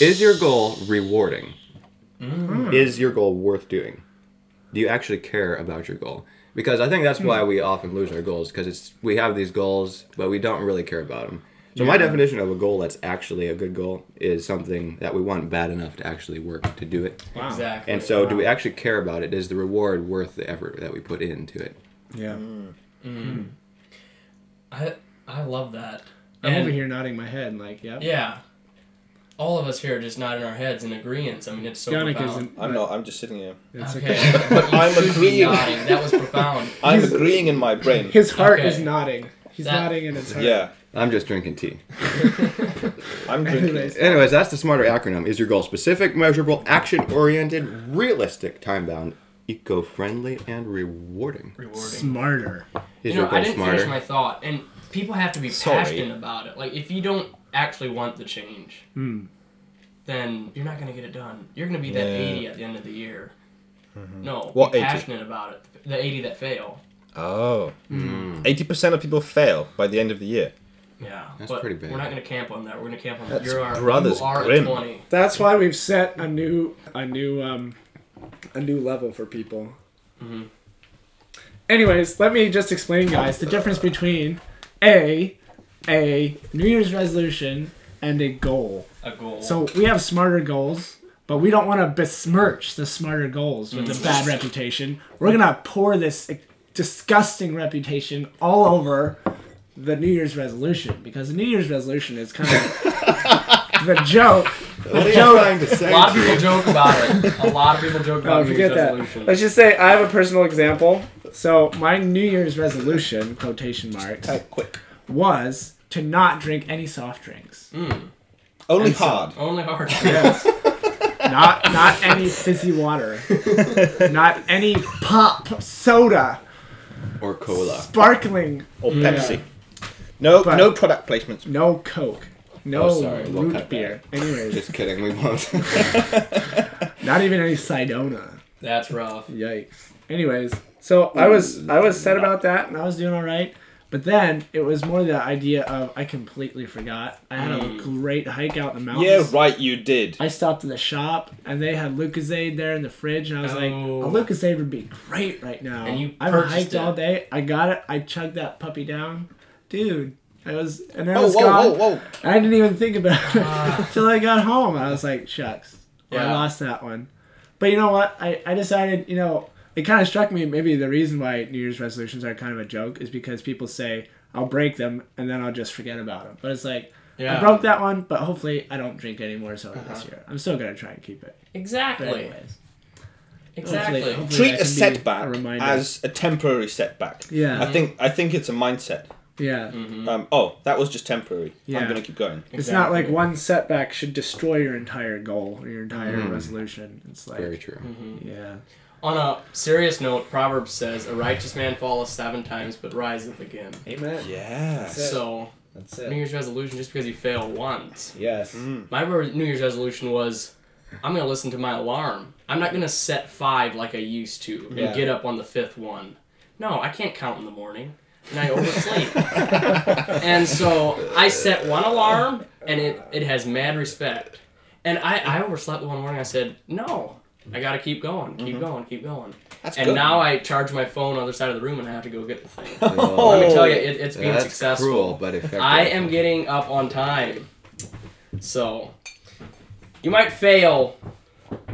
[SPEAKER 4] Is your goal rewarding? Is your goal worth doing? Do you actually care about your goal? Because I think that's why we often lose our goals because it's we have these goals but we don't really care about them. So my definition of a goal that's actually a good goal is something that we want bad enough to actually work to do it.
[SPEAKER 3] wow.
[SPEAKER 1] Exactly.
[SPEAKER 4] And so do we actually care about it? Is the reward worth the effort that we put into it?
[SPEAKER 3] Yeah.
[SPEAKER 1] Mm-hmm. I I love that.
[SPEAKER 3] I'm
[SPEAKER 1] And-
[SPEAKER 3] over here nodding my head and like, yep.
[SPEAKER 1] Yeah. All of us here are just nodding our heads in agreement. I mean, it's so
[SPEAKER 3] Yannick
[SPEAKER 1] profound.
[SPEAKER 3] isn't.
[SPEAKER 2] I'm not. I'm just sitting here.
[SPEAKER 3] It's okay.
[SPEAKER 1] okay. but you
[SPEAKER 3] [LAUGHS]
[SPEAKER 2] I'm
[SPEAKER 1] should be
[SPEAKER 2] agreeing.
[SPEAKER 1] nodding. That was profound. [LAUGHS]
[SPEAKER 2] I'm agreeing in my brain.
[SPEAKER 3] His heart
[SPEAKER 1] Okay.
[SPEAKER 3] is nodding. He's
[SPEAKER 1] That-
[SPEAKER 3] nodding in his heart.
[SPEAKER 2] Yeah,
[SPEAKER 4] I'm just drinking tea.
[SPEAKER 2] I'm drinking.
[SPEAKER 3] [LAUGHS] Anyways,
[SPEAKER 4] Anyways, that's the smarter acronym. Is your goal specific, measurable, action oriented, realistic, time bound, eco friendly, and rewarding?
[SPEAKER 1] Rewarding.
[SPEAKER 3] smarter.
[SPEAKER 1] you
[SPEAKER 4] Is
[SPEAKER 1] know,
[SPEAKER 4] your
[SPEAKER 1] I
[SPEAKER 4] goal
[SPEAKER 1] didn't
[SPEAKER 4] smarter?
[SPEAKER 1] finish my thought, and people have to be
[SPEAKER 2] Sorry.
[SPEAKER 1] passionate about it. Like, if you don't actually want the change,
[SPEAKER 3] Hmm.
[SPEAKER 1] then you're not going to get it done. You're going to be that
[SPEAKER 2] Yeah.
[SPEAKER 1] 80 at the end of the year. No,
[SPEAKER 2] What
[SPEAKER 1] be
[SPEAKER 2] 80?
[SPEAKER 1] passionate about it. The 80 that fail.
[SPEAKER 2] Oh. Eighty percent of people fail by the end of the year.
[SPEAKER 1] Yeah,
[SPEAKER 4] That's
[SPEAKER 1] but
[SPEAKER 4] pretty bad.
[SPEAKER 1] We're not going to camp on that. We're going to camp on
[SPEAKER 2] That's
[SPEAKER 1] you're our,
[SPEAKER 2] Brothers
[SPEAKER 1] you are a
[SPEAKER 2] Grimm.
[SPEAKER 1] 20.
[SPEAKER 6] That's why we've set a new a new um a new level for people.
[SPEAKER 3] Anyways, let me just explain, guys, the difference between a a New Year's resolution and a goal.
[SPEAKER 1] A goal.
[SPEAKER 3] So we have smarter goals, but we don't want to besmirch the smarter goals with
[SPEAKER 1] Mm-hmm.
[SPEAKER 3] a bad reputation. We're gonna pour this disgusting reputation all over the New Year's resolution because the New Year's resolution
[SPEAKER 1] [LAUGHS]
[SPEAKER 3] is kind of the joke.
[SPEAKER 4] What are you trying
[SPEAKER 1] a
[SPEAKER 4] to
[SPEAKER 1] lot of
[SPEAKER 3] [LAUGHS]
[SPEAKER 4] say?
[SPEAKER 1] people joke about it. A lot of people joke about
[SPEAKER 6] Oh,
[SPEAKER 1] New Year's
[SPEAKER 6] forget that.
[SPEAKER 1] resolution.
[SPEAKER 6] Let's just say I have a personal example.
[SPEAKER 3] So my New Year's resolution quotation marks
[SPEAKER 2] quick.
[SPEAKER 3] was to not drink any soft drinks.
[SPEAKER 1] Mm.
[SPEAKER 2] Only hard.
[SPEAKER 1] Only
[SPEAKER 3] [LAUGHS]
[SPEAKER 1] hard.
[SPEAKER 3] Yes. not not any fizzy water. not any pop soda.
[SPEAKER 4] or cola?
[SPEAKER 3] Sparkling.
[SPEAKER 2] or Pepsi. No,
[SPEAKER 3] But-
[SPEAKER 2] no product placements.
[SPEAKER 3] No Coke. No
[SPEAKER 4] Oh, sorry, we'll
[SPEAKER 3] root
[SPEAKER 4] cut that.
[SPEAKER 3] beer. Anyways,
[SPEAKER 4] Just kidding,
[SPEAKER 1] [LAUGHS]
[SPEAKER 4] we won't.
[SPEAKER 3] not even any Sidona.
[SPEAKER 1] [LAUGHS] That's rough.
[SPEAKER 3] Yikes. Anyways,
[SPEAKER 6] So I was I was sad about that.
[SPEAKER 3] and I was doing all right. But then it was more the idea of I completely forgot. I had a great hike out in the mountains.
[SPEAKER 2] Yeah, right. You did.
[SPEAKER 3] I stopped at the shop and they had Lucozade there in the fridge, and I was like,
[SPEAKER 1] Oh.
[SPEAKER 3] a Lucozade would be great right now.
[SPEAKER 1] And you
[SPEAKER 3] I've
[SPEAKER 1] purchased
[SPEAKER 3] hiked
[SPEAKER 1] it.
[SPEAKER 3] all day. I got it. I chugged that puppy down, dude. I was and then I
[SPEAKER 2] Oh,
[SPEAKER 3] was
[SPEAKER 2] whoa,
[SPEAKER 3] gone.
[SPEAKER 2] whoa, whoa!
[SPEAKER 3] and I didn't even think about it [LAUGHS] till I got home. I was like, shucks, I
[SPEAKER 1] Ah. Yeah.
[SPEAKER 3] lost that one. But you know what? I I decided, you know, it kind of struck me. Maybe the reason why New Year's resolutions are kind of a joke is because people say I'll break them and then I'll just forget about them. But it's like.
[SPEAKER 1] Yeah. Uh-huh.
[SPEAKER 3] I broke that one, but hopefully I don't drink any more soda this year. I'm still gonna try and keep it. But
[SPEAKER 1] Exactly.
[SPEAKER 3] anyways,
[SPEAKER 1] Exactly.
[SPEAKER 3] hopefully- hopefully
[SPEAKER 2] Treat
[SPEAKER 3] that can
[SPEAKER 2] a
[SPEAKER 3] be
[SPEAKER 2] setback
[SPEAKER 3] a reminder.
[SPEAKER 2] as a temporary setback.
[SPEAKER 3] Yeah.
[SPEAKER 2] I think I think it's a mindset.
[SPEAKER 3] yeah.
[SPEAKER 1] Mm,
[SPEAKER 2] Um, oh, that was just temporary. I'm
[SPEAKER 3] Yeah.
[SPEAKER 2] gonna keep going.
[SPEAKER 3] It's not like
[SPEAKER 1] Exactly.
[SPEAKER 3] one setback should destroy your entire goal or your entire
[SPEAKER 2] Mm.
[SPEAKER 3] resolution. It's like
[SPEAKER 4] Very true.
[SPEAKER 3] yeah,
[SPEAKER 1] On a serious note, Proverbs says, "A righteous man falleth seven times, but riseth again."
[SPEAKER 3] amen.
[SPEAKER 2] Yeah.
[SPEAKER 1] So
[SPEAKER 7] That's
[SPEAKER 1] New
[SPEAKER 7] it.
[SPEAKER 1] Year's resolution just because you fail once.
[SPEAKER 7] Yes.
[SPEAKER 4] Mm.
[SPEAKER 2] Mm.
[SPEAKER 1] My re- New Year's resolution was I'm going to listen to my alarm. I'm not going to set five like I used to and
[SPEAKER 7] Yeah.
[SPEAKER 1] get up on the fifth one. No, I can't count in the morning. And I oversleep. and so I set one alarm and it, it has mad respect. And I, I overslept one morning. I said, no, I got to keep going, keep going, keep going.
[SPEAKER 2] That's
[SPEAKER 1] and
[SPEAKER 2] good.
[SPEAKER 1] now I charge my phone on the other side of the room and I have to go get the thing.
[SPEAKER 4] Oh,
[SPEAKER 1] Let me tell you, it, it's been
[SPEAKER 4] that's
[SPEAKER 1] successful.
[SPEAKER 4] cruel, but effective.
[SPEAKER 1] I am getting up on time. So you might fail,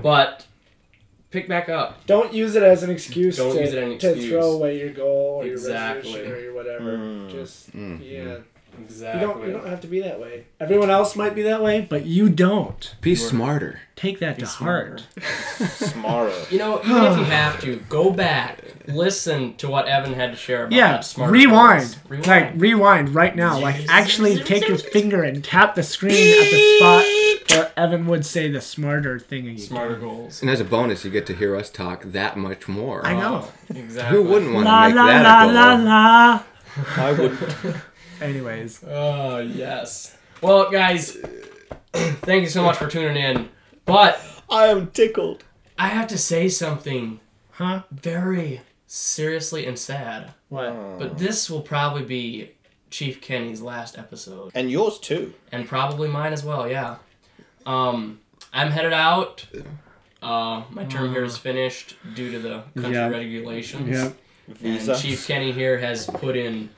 [SPEAKER 1] but pick back up.
[SPEAKER 3] Don't use it as an excuse,
[SPEAKER 1] Don't
[SPEAKER 3] to,
[SPEAKER 1] use it as an
[SPEAKER 3] to
[SPEAKER 1] excuse.
[SPEAKER 3] throw away your goal or
[SPEAKER 1] Exactly.
[SPEAKER 3] your resolution or your whatever.
[SPEAKER 4] Mm.
[SPEAKER 3] Just yeah, you
[SPEAKER 1] Exactly.
[SPEAKER 3] don't you don't have to be that way. Everyone else might be that way,
[SPEAKER 5] But you don't.
[SPEAKER 4] Be smarter.
[SPEAKER 5] Take that to heart.
[SPEAKER 2] Smarter.
[SPEAKER 1] You know, even if you have to, go back, listen to what Evan had to share about
[SPEAKER 5] Yeah,
[SPEAKER 1] smart
[SPEAKER 5] rewind.
[SPEAKER 1] Rewind.
[SPEAKER 5] Like rewind right now. Like actually take your finger and tap the screen at the spot where Evan would say the smarter thing again.
[SPEAKER 1] smarter goals.
[SPEAKER 4] And as a bonus, you get to hear us talk that much more.
[SPEAKER 5] I know.
[SPEAKER 1] Exactly.
[SPEAKER 4] Who wouldn't want
[SPEAKER 5] La
[SPEAKER 4] to make
[SPEAKER 5] la
[SPEAKER 4] that
[SPEAKER 5] la
[SPEAKER 4] a goal?
[SPEAKER 5] la la.
[SPEAKER 2] I would.
[SPEAKER 5] [LAUGHS] Anyways,
[SPEAKER 1] Oh yes. Well, guys, thank you so much for tuning in. But
[SPEAKER 2] I am tickled.
[SPEAKER 1] I have to say something
[SPEAKER 5] huh?
[SPEAKER 1] very seriously and sad.
[SPEAKER 5] What?
[SPEAKER 1] But this will probably be Chief Kenny's last episode,
[SPEAKER 2] And yours too.
[SPEAKER 1] and probably mine as well. Yeah. Um, I'm headed out. Uh, my term here is finished due to the country
[SPEAKER 5] Yeah.
[SPEAKER 1] regulations.
[SPEAKER 5] Yeah.
[SPEAKER 1] And Chief Kenny here has put in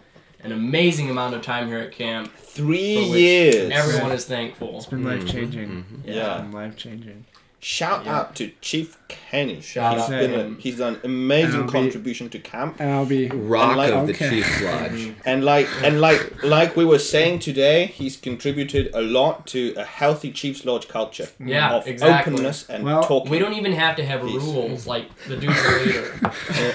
[SPEAKER 1] an amazing amount of time here at camp.
[SPEAKER 2] Three
[SPEAKER 1] for which
[SPEAKER 2] years.
[SPEAKER 1] Everyone is thankful.
[SPEAKER 5] It's been life changing.
[SPEAKER 2] Yeah.
[SPEAKER 5] Life changing.
[SPEAKER 2] Shout out to Chief Kenny.
[SPEAKER 1] Shout
[SPEAKER 2] He's
[SPEAKER 1] out
[SPEAKER 2] been
[SPEAKER 1] to
[SPEAKER 2] a-
[SPEAKER 1] him.
[SPEAKER 2] he's done amazing
[SPEAKER 5] I'll be-
[SPEAKER 2] contribution to camp.
[SPEAKER 5] And I'll be.
[SPEAKER 4] Rock
[SPEAKER 2] Like-
[SPEAKER 4] of
[SPEAKER 5] Okay.
[SPEAKER 4] the Chiefs
[SPEAKER 1] [LAUGHS]
[SPEAKER 4] Lodge.
[SPEAKER 2] And like and like like we were saying today, he's contributed a lot to a healthy Chiefs Lodge culture.
[SPEAKER 1] Yeah,
[SPEAKER 2] of
[SPEAKER 1] exactly.
[SPEAKER 2] openness and
[SPEAKER 5] Well,
[SPEAKER 2] talking.
[SPEAKER 1] We don't even have to have rules like the dude's a leader.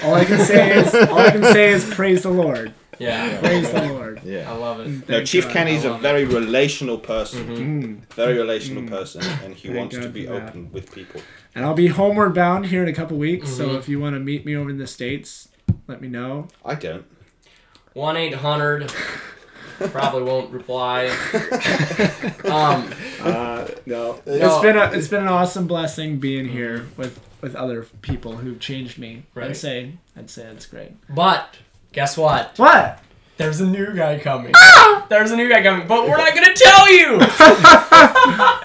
[SPEAKER 5] All I can say is, all I can say is, praise the Lord, praise the
[SPEAKER 1] [LAUGHS] Yeah.
[SPEAKER 5] Lord.
[SPEAKER 1] I
[SPEAKER 2] yeah.
[SPEAKER 1] love it.
[SPEAKER 2] No, Chief
[SPEAKER 5] God. Mm.
[SPEAKER 2] Kenny's
[SPEAKER 1] I
[SPEAKER 2] a
[SPEAKER 1] love
[SPEAKER 2] very relational person.
[SPEAKER 1] Mm-hmm.
[SPEAKER 2] Very relational person, and he
[SPEAKER 5] Thank
[SPEAKER 2] wants to
[SPEAKER 5] God
[SPEAKER 2] be
[SPEAKER 5] for that.
[SPEAKER 2] open with people.
[SPEAKER 5] And I'll be homeward bound here in a couple weeks. So if you want to meet me over in the states, let me know.
[SPEAKER 2] I don't.
[SPEAKER 1] One eight
[SPEAKER 2] [LAUGHS]
[SPEAKER 1] hundred. Probably won't reply. Um,
[SPEAKER 3] no.
[SPEAKER 1] no,
[SPEAKER 5] It's been a, it's been an awesome blessing being here with with other people who've changed me.
[SPEAKER 1] Right.
[SPEAKER 5] I'd say I'd say it's great.
[SPEAKER 1] but guess what?
[SPEAKER 5] What?
[SPEAKER 1] There's a new guy
[SPEAKER 2] [LAUGHS]
[SPEAKER 1] coming. There's a new guy coming, but we're not gonna tell you. we're not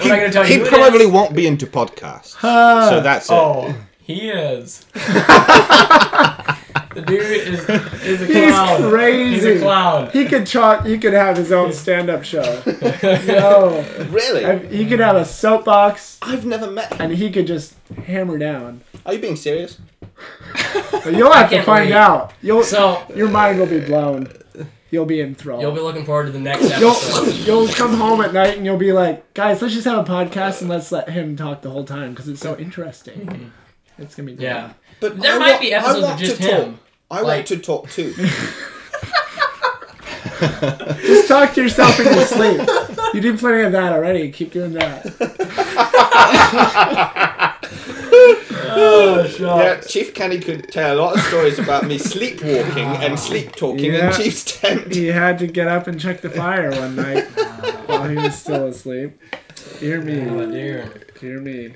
[SPEAKER 1] gonna tell you.
[SPEAKER 2] He
[SPEAKER 1] who it
[SPEAKER 2] probably
[SPEAKER 1] is.
[SPEAKER 2] won't be into podcasts,
[SPEAKER 5] Uh,
[SPEAKER 2] so that's it.
[SPEAKER 1] Oh, he
[SPEAKER 2] [LAUGHS]
[SPEAKER 1] is. the dude is is a
[SPEAKER 3] He's
[SPEAKER 1] clown. He's a
[SPEAKER 3] crazy.
[SPEAKER 1] clown.
[SPEAKER 3] He could talk. He could have his own stand-up show. no,
[SPEAKER 2] Really?
[SPEAKER 3] I-
[SPEAKER 2] I've,
[SPEAKER 3] he could have a soapbox
[SPEAKER 2] never met him.
[SPEAKER 3] and he could just hammer down.
[SPEAKER 2] Are you being serious?
[SPEAKER 3] But you'll have to
[SPEAKER 1] can't
[SPEAKER 3] find
[SPEAKER 1] wait.
[SPEAKER 3] out. You'll
[SPEAKER 1] So
[SPEAKER 3] your mind will be blown. You'll be enthralled.
[SPEAKER 1] you'll be looking forward to the next
[SPEAKER 3] You'll,
[SPEAKER 1] episode.
[SPEAKER 3] you'll come home at night and you'll be like, guys, let's just have a podcast and let's let him talk the whole time because it's so interesting. It's gonna be great.
[SPEAKER 1] Yeah.
[SPEAKER 2] But
[SPEAKER 1] There
[SPEAKER 2] I
[SPEAKER 1] might
[SPEAKER 2] wa-
[SPEAKER 1] be
[SPEAKER 2] I
[SPEAKER 1] episodes with
[SPEAKER 2] want
[SPEAKER 1] just
[SPEAKER 2] to
[SPEAKER 1] him.
[SPEAKER 2] Talk. I
[SPEAKER 1] Like-
[SPEAKER 2] want to talk too.
[SPEAKER 3] Just talk to yourself in your sleep. You did plenty of that already. Keep doing that.
[SPEAKER 2] yeah, Oh, Chief Kenny could tell a lot of stories about
[SPEAKER 3] [LAUGHS]
[SPEAKER 2] me sleepwalking and sleep talking
[SPEAKER 3] Yeah.
[SPEAKER 2] in Chief's tent.
[SPEAKER 3] He had to get up and check the fire one night while he was still asleep. Dear
[SPEAKER 1] Oh
[SPEAKER 3] me,
[SPEAKER 1] dear.
[SPEAKER 3] dear me.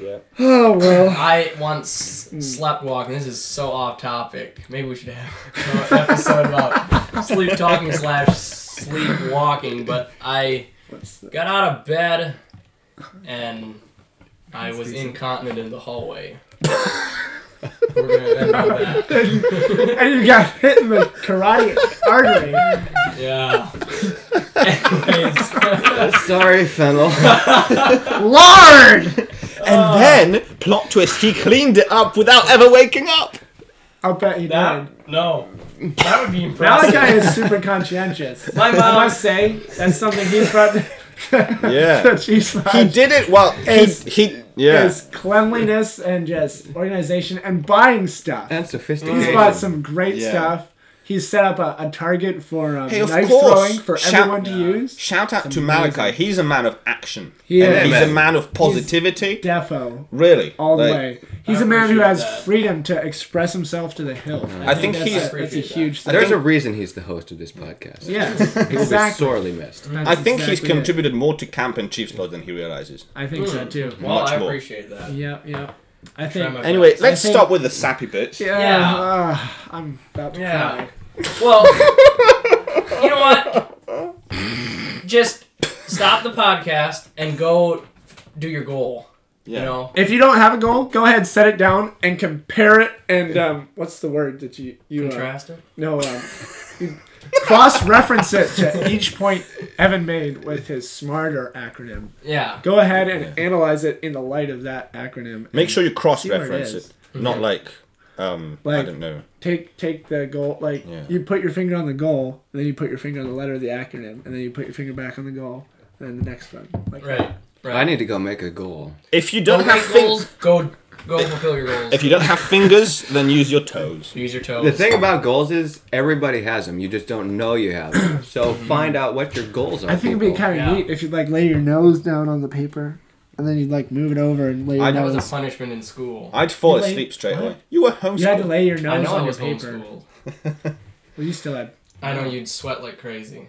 [SPEAKER 2] Yeah.
[SPEAKER 3] Oh well.
[SPEAKER 1] I once slept walking. This is so off topic. Maybe we should have an episode about sleep talking slash sleep walking. But I got out of bed and I was incontinent in the hallway. We're gonna end on that.
[SPEAKER 3] [LAUGHS] And you got hit in the karate artery.
[SPEAKER 1] Yeah. Anyways,
[SPEAKER 4] Sorry, Fennel.
[SPEAKER 3] Lord!
[SPEAKER 2] And
[SPEAKER 3] Oh.
[SPEAKER 2] then, plot twist, he cleaned it up without ever waking up.
[SPEAKER 3] I'll bet he died.
[SPEAKER 1] that no, that would be
[SPEAKER 3] Now that
[SPEAKER 1] impressive.
[SPEAKER 3] guy is super conscientious.
[SPEAKER 2] [LAUGHS]
[SPEAKER 1] My
[SPEAKER 3] I
[SPEAKER 1] mom.
[SPEAKER 2] um,
[SPEAKER 3] must say, that's something he's brought to [LAUGHS]
[SPEAKER 2] Yeah.
[SPEAKER 3] the Chiefs
[SPEAKER 2] [LAUGHS] he
[SPEAKER 3] Lodge.
[SPEAKER 2] did it while he,
[SPEAKER 3] It's-
[SPEAKER 2] he yeah.
[SPEAKER 3] Is cleanliness and just organization and buying stuff.
[SPEAKER 4] and
[SPEAKER 3] He's bought
[SPEAKER 4] sophisticated.
[SPEAKER 3] some great
[SPEAKER 2] Yeah.
[SPEAKER 3] stuff. He's set up a, a target for um,
[SPEAKER 2] Hey, of
[SPEAKER 3] knife
[SPEAKER 2] course.
[SPEAKER 3] throwing for
[SPEAKER 2] Shout-
[SPEAKER 3] everyone to use.
[SPEAKER 2] Shout out to Malachi. He's a man of action.
[SPEAKER 3] He
[SPEAKER 2] And
[SPEAKER 3] is.
[SPEAKER 2] he's
[SPEAKER 4] Amen.
[SPEAKER 2] a man of positivity.
[SPEAKER 3] Defo.
[SPEAKER 2] really.
[SPEAKER 3] All the
[SPEAKER 2] Like,
[SPEAKER 3] way. He's a man who
[SPEAKER 1] appreciate
[SPEAKER 3] has
[SPEAKER 1] that.
[SPEAKER 3] freedom to express himself to the hilt.
[SPEAKER 2] I think
[SPEAKER 3] that's,
[SPEAKER 2] he's.
[SPEAKER 3] a, that's a
[SPEAKER 1] Appreciate that.
[SPEAKER 3] huge thing.
[SPEAKER 4] There's
[SPEAKER 2] think-
[SPEAKER 4] a reason he's the host of this
[SPEAKER 3] [LAUGHS]
[SPEAKER 4] podcast.
[SPEAKER 3] Yes,
[SPEAKER 4] He will be
[SPEAKER 3] exactly.
[SPEAKER 4] sorely missed.
[SPEAKER 3] That's
[SPEAKER 2] I think he's
[SPEAKER 3] exactly it.
[SPEAKER 2] contributed more to camp and Chiefs Lodge than he realizes.
[SPEAKER 3] I think so too.
[SPEAKER 1] Hmm. Well,
[SPEAKER 2] Much
[SPEAKER 1] I
[SPEAKER 2] more.
[SPEAKER 1] appreciate that.
[SPEAKER 3] Yep, yep.
[SPEAKER 1] Try
[SPEAKER 3] I
[SPEAKER 1] my
[SPEAKER 3] think.
[SPEAKER 1] best.
[SPEAKER 2] Anyway, let's
[SPEAKER 3] think-
[SPEAKER 2] stop with the sappy bits.
[SPEAKER 3] Yeah,
[SPEAKER 1] Yeah.
[SPEAKER 3] uh, I'm about to
[SPEAKER 1] Yeah.
[SPEAKER 3] cry.
[SPEAKER 1] Well, you know what? Just stop the podcast and go do your goal.
[SPEAKER 2] Yeah.
[SPEAKER 1] You know,
[SPEAKER 3] If you don't have a goal, go ahead, set it down.
[SPEAKER 8] down and compare it and um, what's the word that you you uh,
[SPEAKER 1] contrast it.
[SPEAKER 8] no um,
[SPEAKER 3] Cross reference it to each point Evan made with his smarter acronym.
[SPEAKER 1] Yeah.
[SPEAKER 3] Go ahead and
[SPEAKER 8] analyze it in the light of that acronym.
[SPEAKER 2] Make sure you cross
[SPEAKER 3] where it
[SPEAKER 2] reference
[SPEAKER 3] is.
[SPEAKER 2] it. Not like, um, I
[SPEAKER 3] Like-
[SPEAKER 2] don't know.
[SPEAKER 3] take take the goal like
[SPEAKER 2] Yeah.
[SPEAKER 3] you put your finger on the goal and then you put your finger on the letter of the acronym and then you put your finger back on the goal and then the next one like
[SPEAKER 1] Right. Right.
[SPEAKER 4] I need to go make a goal.
[SPEAKER 2] If you don't
[SPEAKER 1] Go
[SPEAKER 2] have
[SPEAKER 1] make
[SPEAKER 2] fingers,
[SPEAKER 1] goals. Go. Go fulfill your goals.
[SPEAKER 2] if you don't have fingers, then use your toes.
[SPEAKER 1] Use your
[SPEAKER 4] The
[SPEAKER 1] toes.
[SPEAKER 4] thing about goals is everybody has them. You just don't know you have them. So [CLEARS THROAT] find out what your goals are.
[SPEAKER 3] i think it'd be kind of
[SPEAKER 1] Yeah.
[SPEAKER 3] neat if you'd like lay your nose down on the paper and then you'd like move it over and lay your
[SPEAKER 2] I
[SPEAKER 1] That
[SPEAKER 3] nose
[SPEAKER 1] was a punishment in school.
[SPEAKER 2] I'd fall
[SPEAKER 3] You lay-
[SPEAKER 2] asleep straight
[SPEAKER 3] what?
[SPEAKER 2] away. You were homeschooled.
[SPEAKER 3] you had to lay your nose
[SPEAKER 1] I know I
[SPEAKER 3] on
[SPEAKER 1] was
[SPEAKER 3] your paper
[SPEAKER 1] homeschooled.
[SPEAKER 3] well you still had
[SPEAKER 1] I know you'd sweat like crazy.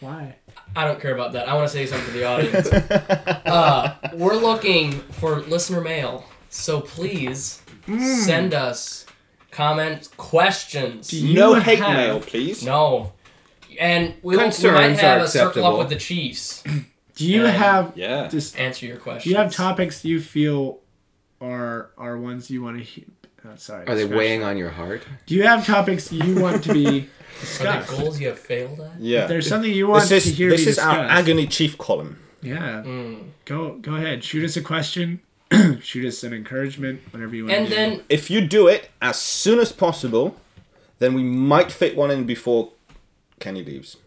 [SPEAKER 3] why
[SPEAKER 1] I don't care about that. I want to say something to the audience. uh, we're looking for listener mail, so please send us comments, questions.
[SPEAKER 2] no
[SPEAKER 3] You
[SPEAKER 2] hate
[SPEAKER 3] have-
[SPEAKER 2] mail, please.
[SPEAKER 1] No, and we, will, we might
[SPEAKER 4] Concerns
[SPEAKER 1] have
[SPEAKER 4] are
[SPEAKER 1] a circle up
[SPEAKER 4] acceptable.
[SPEAKER 1] with the Chiefs.
[SPEAKER 3] do you
[SPEAKER 1] And-
[SPEAKER 3] have
[SPEAKER 2] Yeah.
[SPEAKER 3] just
[SPEAKER 1] Answer your questions.
[SPEAKER 3] do you have topics you feel are are ones you want to hear oh, sorry
[SPEAKER 4] Are they
[SPEAKER 3] scratch
[SPEAKER 4] weighing
[SPEAKER 3] that.
[SPEAKER 4] on your heart?
[SPEAKER 3] do you have topics you want to be
[SPEAKER 1] Are there
[SPEAKER 3] discussed
[SPEAKER 1] goals you have failed at?
[SPEAKER 2] Yeah.
[SPEAKER 3] If there's something you want
[SPEAKER 2] [LAUGHS] this is
[SPEAKER 3] to hear
[SPEAKER 2] this
[SPEAKER 3] me
[SPEAKER 2] is our
[SPEAKER 3] discuss,
[SPEAKER 2] agony chief column.
[SPEAKER 3] Yeah.
[SPEAKER 1] Mm.
[SPEAKER 3] Go go ahead. Shoot us a question. [CLEARS THROAT] Shoot us an encouragement. Whatever you want.
[SPEAKER 1] And
[SPEAKER 3] to
[SPEAKER 1] then
[SPEAKER 2] If you do it as soon as possible, then we might fit one in before Kenny leaves.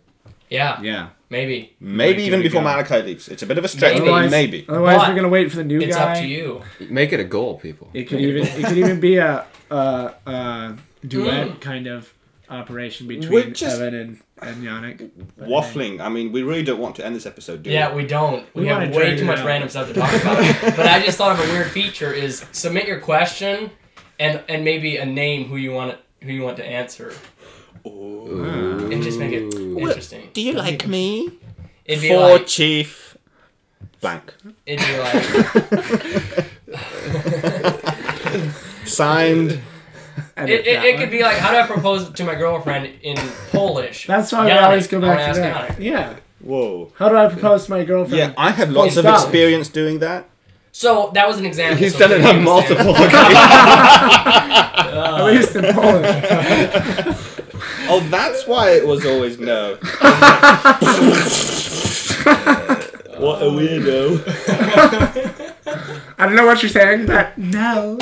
[SPEAKER 1] yeah,
[SPEAKER 3] do. yeah.
[SPEAKER 1] maybe
[SPEAKER 2] Maybe
[SPEAKER 3] Right, here
[SPEAKER 2] even
[SPEAKER 3] we
[SPEAKER 2] before
[SPEAKER 3] go.
[SPEAKER 2] Malachi leaves. It's a bit of a stretch,
[SPEAKER 1] Maybe.
[SPEAKER 2] but
[SPEAKER 3] Otherwise, oh.
[SPEAKER 2] maybe.
[SPEAKER 3] Otherwise,
[SPEAKER 1] But
[SPEAKER 3] we're gonna wait for the new
[SPEAKER 1] it's
[SPEAKER 3] guy.
[SPEAKER 1] up to you.
[SPEAKER 4] Make it a goal, people.
[SPEAKER 3] It could even it could
[SPEAKER 1] [LAUGHS]
[SPEAKER 3] even be a a, a duet
[SPEAKER 1] Mm.
[SPEAKER 3] kind of operation between
[SPEAKER 2] just-
[SPEAKER 3] Evan and and Yannick. But hey,
[SPEAKER 2] Waffling. I mean, we really don't want to end this episode, do
[SPEAKER 1] Yeah,
[SPEAKER 2] we?
[SPEAKER 1] we don't. We,
[SPEAKER 3] We
[SPEAKER 1] have
[SPEAKER 3] wanna
[SPEAKER 1] way
[SPEAKER 3] drag
[SPEAKER 1] too
[SPEAKER 3] it
[SPEAKER 1] much
[SPEAKER 3] out.
[SPEAKER 1] random stuff to talk
[SPEAKER 3] [LAUGHS]
[SPEAKER 1] about. but I just thought of a weird feature is submit your question and and maybe a name who you want who you want to answer and just make it interesting.
[SPEAKER 2] Do you like me?
[SPEAKER 1] It'd be
[SPEAKER 2] For
[SPEAKER 1] like
[SPEAKER 2] Chief Blank.
[SPEAKER 1] it'd be like
[SPEAKER 2] Signed.
[SPEAKER 3] edit
[SPEAKER 1] it, it,
[SPEAKER 3] that
[SPEAKER 1] it
[SPEAKER 3] one.
[SPEAKER 1] could be like how do I propose to my girlfriend in Polish?
[SPEAKER 3] That's why we
[SPEAKER 1] Yannick,
[SPEAKER 3] always go
[SPEAKER 1] I wanna
[SPEAKER 3] back to
[SPEAKER 1] ask
[SPEAKER 3] that.
[SPEAKER 1] Yannick.
[SPEAKER 3] Yeah.
[SPEAKER 2] Whoa.
[SPEAKER 3] How do I propose to my
[SPEAKER 2] Yeah,
[SPEAKER 3] girlfriend?
[SPEAKER 2] I have lots of
[SPEAKER 3] stop.
[SPEAKER 2] experience doing that.
[SPEAKER 1] So that was an example.
[SPEAKER 4] He's
[SPEAKER 1] so
[SPEAKER 4] done
[SPEAKER 1] please
[SPEAKER 4] it on
[SPEAKER 1] understand.
[SPEAKER 3] [LAUGHS]
[SPEAKER 4] multiple occasions.
[SPEAKER 3] At least
[SPEAKER 1] uh, [LAUGHS]
[SPEAKER 3] in Poland.
[SPEAKER 2] Oh, that's why it was always no. [LAUGHS] what a weirdo.
[SPEAKER 3] I don't know what you're
[SPEAKER 1] [LAUGHS]
[SPEAKER 3] saying, but no.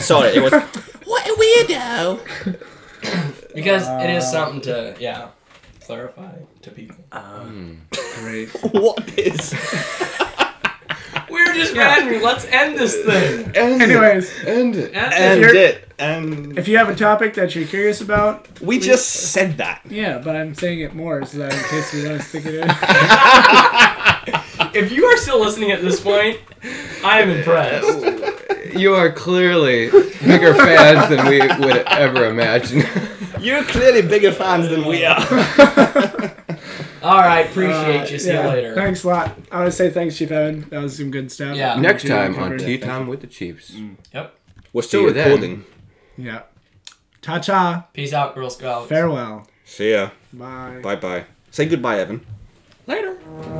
[SPEAKER 2] Sorry, it was. What a weirdo.
[SPEAKER 1] Because it
[SPEAKER 3] Uh,
[SPEAKER 1] is something to yeah clarify to people.
[SPEAKER 3] Great.
[SPEAKER 2] [LAUGHS] What is?
[SPEAKER 1] We're just random. Let's end this thing.
[SPEAKER 2] End
[SPEAKER 3] Anyways,
[SPEAKER 4] End it.
[SPEAKER 1] End
[SPEAKER 2] End
[SPEAKER 1] this.
[SPEAKER 3] you're-
[SPEAKER 2] it. And
[SPEAKER 3] if you have a topic that you're curious about,
[SPEAKER 2] we just said that.
[SPEAKER 3] yeah, but I'm saying it more so that in case you want to stick it in.
[SPEAKER 1] If you are still listening at this point, I am impressed.
[SPEAKER 4] You are clearly bigger fans than we would ever [LAUGHS] imagine.
[SPEAKER 2] You're clearly bigger fans than we are.
[SPEAKER 1] All right, appreciate you. See
[SPEAKER 3] Uh, Yeah.
[SPEAKER 1] you later.
[SPEAKER 3] Thanks a lot. I want to say thanks, Chief Evan. That was some good stuff.
[SPEAKER 1] Yeah.
[SPEAKER 4] Next
[SPEAKER 3] Dude,
[SPEAKER 4] time on
[SPEAKER 3] covered it.
[SPEAKER 4] Tea Time with the Chiefs.
[SPEAKER 1] Yep.
[SPEAKER 2] We're
[SPEAKER 4] See
[SPEAKER 2] still
[SPEAKER 4] you then.
[SPEAKER 2] recording.
[SPEAKER 3] Yeah. Ta ta.
[SPEAKER 1] Peace out, Girl Scouts.
[SPEAKER 3] Farewell.
[SPEAKER 2] See ya.
[SPEAKER 3] Bye.
[SPEAKER 2] Bye bye. Say goodbye, Evan.
[SPEAKER 1] Later.